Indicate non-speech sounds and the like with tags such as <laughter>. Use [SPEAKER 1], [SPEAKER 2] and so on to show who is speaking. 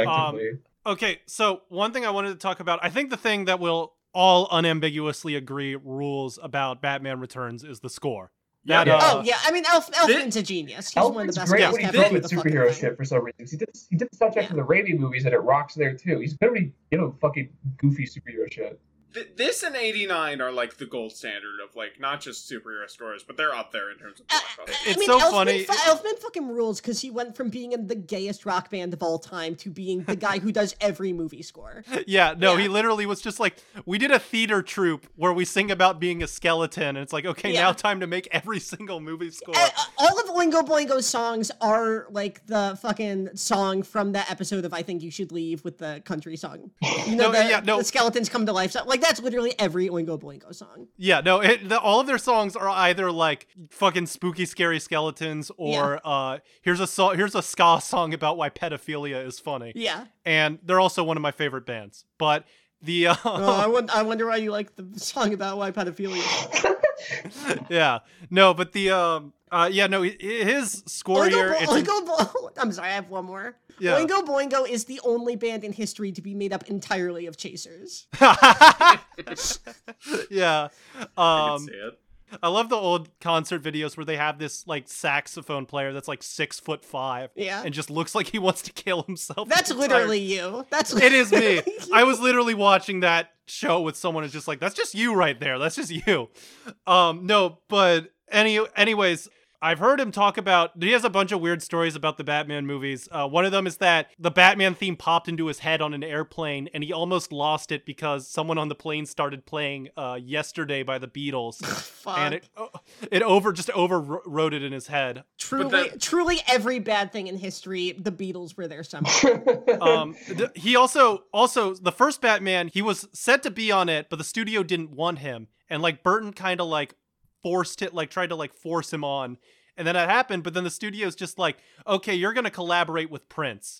[SPEAKER 1] Objectively.
[SPEAKER 2] Okay, so one thing I wanted to talk about, I think the thing that will all unambiguously agree rules about Batman Returns is the score. <laughs>
[SPEAKER 3] Yeah.
[SPEAKER 2] That, uh,
[SPEAKER 4] oh yeah, I mean Elf, Elfman's a genius. He's one of
[SPEAKER 1] Elfman's
[SPEAKER 4] the best
[SPEAKER 1] great
[SPEAKER 4] guys
[SPEAKER 1] when he
[SPEAKER 4] to
[SPEAKER 1] did
[SPEAKER 4] ever do
[SPEAKER 1] with
[SPEAKER 4] the fucking
[SPEAKER 1] superhero
[SPEAKER 4] thing.
[SPEAKER 1] shit for some reason. 'Cause He did he did the soundtrack
[SPEAKER 4] Yeah.
[SPEAKER 1] for the Raimi movies and it rocks there too. He's very you know fucking goofy superhero
[SPEAKER 4] <laughs>
[SPEAKER 1] shit.
[SPEAKER 3] Th- this and 89 are like the gold standard of like not just superhero scores, but they're up there in terms of
[SPEAKER 4] I-
[SPEAKER 3] blockbusters.
[SPEAKER 4] I
[SPEAKER 2] It's
[SPEAKER 4] mean,
[SPEAKER 2] so
[SPEAKER 4] Elfman,
[SPEAKER 2] funny.
[SPEAKER 4] fu- Elfman fucking rules because he went from being in the gayest rock band of all time to being the guy who does every movie score.
[SPEAKER 2] <laughs> yeah, no,
[SPEAKER 4] Yeah.
[SPEAKER 2] he literally was just like, we did a theater troupe where we sing about being a skeleton, and it's like, okay,
[SPEAKER 4] Yeah. Eh, oh.
[SPEAKER 2] now time to make every <laughs> single movie score.
[SPEAKER 4] A- a- uh, all of Oingo Boingo's songs are like the fucking song from that episode of I Think You Should Leave with the country song. You know,
[SPEAKER 2] No,
[SPEAKER 4] the,
[SPEAKER 2] yeah, no.
[SPEAKER 4] the skeletons come to life. song. Like that's literally every Oingo Boingo song.
[SPEAKER 2] Yeah, no, it, the, all of their songs are either like fucking spooky, scary skeletons, or uh, here's a so- here's a ska song about why pedophilia is funny,
[SPEAKER 4] Yeah.
[SPEAKER 2] and they're also one of my favorite bands. But the <laughs> uh,
[SPEAKER 4] Oh, I, won- I wonder why you like the song about why pedophilia.
[SPEAKER 2] yeah, no, but the um, uh, yeah, no, i- i-
[SPEAKER 3] Oh,
[SPEAKER 2] his score here,
[SPEAKER 4] Oingo,
[SPEAKER 2] it's
[SPEAKER 4] Bo- Oingo Bo- <laughs> I'm sorry, I have one more.
[SPEAKER 2] Yeah.
[SPEAKER 4] Oingo Boingo is the only band in history to be made up entirely of chasers.
[SPEAKER 2] yeah,
[SPEAKER 3] <laughs> I can
[SPEAKER 2] um,
[SPEAKER 3] see it.
[SPEAKER 2] I love the old concert videos where they have this like saxophone player that's like six foot five
[SPEAKER 4] Yeah.
[SPEAKER 2] and just looks like he wants to kill himself.
[SPEAKER 4] That's
[SPEAKER 2] the entire
[SPEAKER 4] literally <laughs> you. That's
[SPEAKER 2] It is me. I was literally watching that show with someone who's just like, that's just you right there. That's just you. Um, no, but any anyways, I've heard him talk about he has a bunch of weird stories about the Batman movies. Uh, one of them is that the Batman theme popped into his head on an airplane and he almost lost it because someone on the plane started playing uh, yesterday by the Beatles.
[SPEAKER 4] <laughs> Fuck.
[SPEAKER 2] And it oh, it over just overrode it in his head.
[SPEAKER 4] truly,
[SPEAKER 3] that-
[SPEAKER 4] truly every bad thing in history, the Beatles were there somehow.
[SPEAKER 2] um th- he also also the first batman he was set to be on it but the studio didn't want him and like burton kind of like forced it like tried to like force him on and then that happened but then the studio's just like okay you're gonna collaborate with prince